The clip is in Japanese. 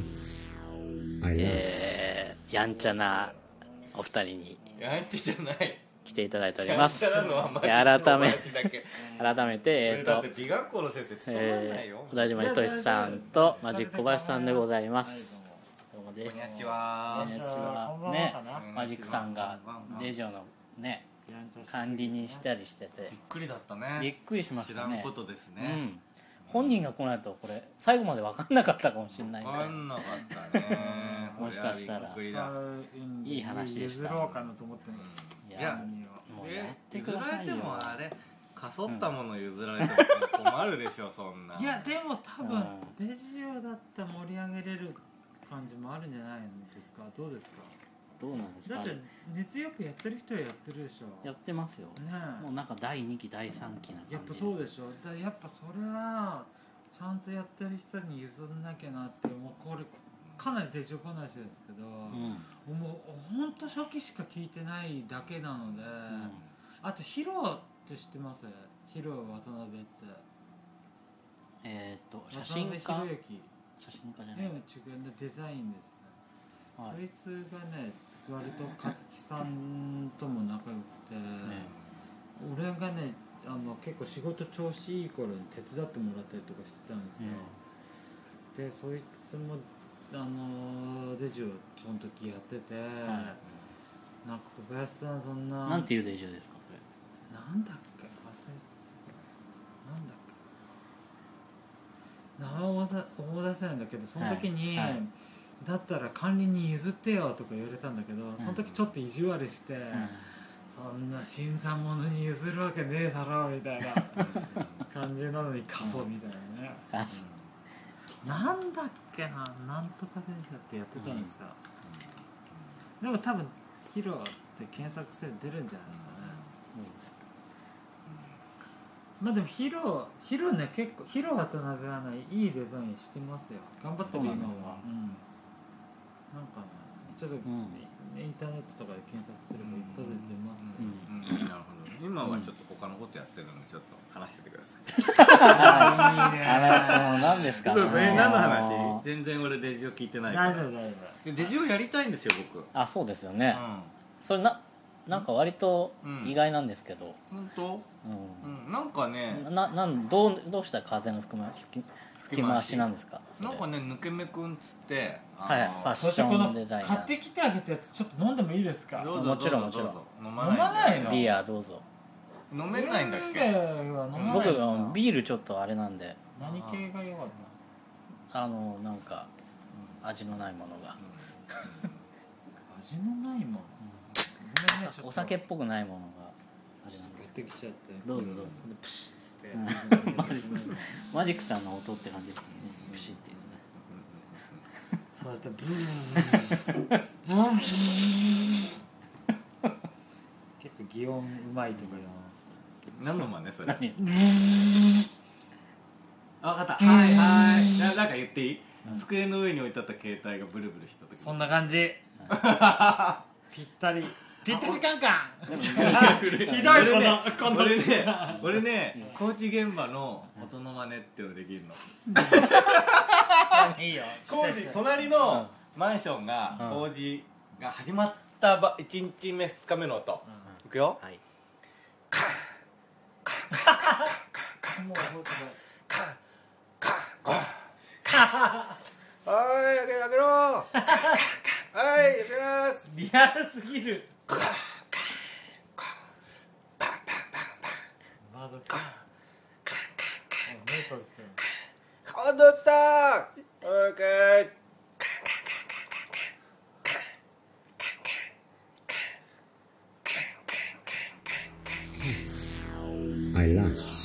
ありがとうございます。えーやんちゃなお二人にやんちゃじゃない来ていただいておりやまんすちゃなのはマジいや改め友達だけ 改めてえっ、だっとて美学校の先生務まんないえよー、小田島ひとしさんとマジック小林さんでございます。どうもでこんすにちはこんにちこんばはんはねかな、マジックさんがレジオのね管理人したりしててびっくりだったねびっくりしました知らんねこ。とですうね、ん、本人が来ないとこれ最後まで分かんなかったかもしれないん分でかんなかったねもしかしたらこれはびっくりだいい話でした譲ろうかなと思ってますいいやや何をもうえやってくださいよ譲られてもあれかそったもの譲られても困るでしょそんないやでも多う分んデジオだったら盛り上げれる感じもあるんじゃないですかどうですかどうなんですだかって熱よくやってる人はやってるでしょやねってますよえもうなんか第2期第3期な感じやっぱそうでしょだやっぱそれはちゃんとやってる人に譲んなきゃなってもうこれかなり手順話ですけうど、んもうほんと初期しか聞いてないだけなので、うんあとヒロって知ってますヒロ渡辺ってえーっと写真渡家辺宏之写真家じゃないね、違うねデザインですねはいそいつがね割と勝木さんとも仲良くて、ね俺がねあの結構仕事調子いい頃に手伝ってもらったりとかしてたんですよ、でそいつもあのデジをその時やってて、はなんか小林さんそんななんていうデジオですかそれなんだっけ忘れてたなんだっけ名前を思い出思い出せないんだけどその時に、はいはいだったら管理人譲ってよとか言われたんだけどその時ちょっと意地悪して、そんな新参者に譲るわけねえだろみたいな 感じなのに過疎みたいなね、あなんだっけななんとか電車ってやってたんですよ、でも多分ヒロって検索すると出るんじゃないですかね、まあでもヒロヒロね結構ヒロ渡辺はねいいデザインしてますよ頑張ってるそう今なはうんんでなんすかかねちょっと、んインターネットとかで検索すれば一発で出ますね、うんうんなるほど今はちょっと他のことやってるのでちょっと話しててくださいあいいねあらそうなんですかそうそうえあ何の話全然俺デジオ聞いてないか大丈ら夫大丈デジオやりたいんですよ僕あそうですよねうそれななんか割とうん意外なんですけどん本当うんうんなんかねななんどうどうした風の吹き回し吹き吹き回しなんですかそれなんかね抜け目くんっつってはいはいファッシ夫そしてこョンのデザイナ買ってーきてあげたやつちょっと飲んでもいいですかどうぞもちろんどうぞもちろんどうぞ飲飲まないのビアどうぞ飲めないんだっけ飲ま僕ないあののビールちょっとあれなんで何系が良かっあのなんか味のないものがた味のないもんごめんねちょっとお酒っぽくないものがあれなんで買っすてきちゃってどうぞどうぞそれでプシうんッ つってマジックさんの音って感じですねプシっていうのねそれでブーンブーン結構擬音うまいとか言います何の真似それ何あ分かったはいはいななんか言っていい机の上に置いてあった携帯がブルブルした時そんな感じぴったりぴったしカンカンひどいこのこの俺ね俺ね高知現場の音の真似っていうのできるのいいよ工事隣のマンションが工事が始まったば1日目2日目の音、いくよはいもう本当だ「おい開けろ!」「はい開けますリアルすぎるまだカンカンカンカン温度落ちたオーケー!」 I lost.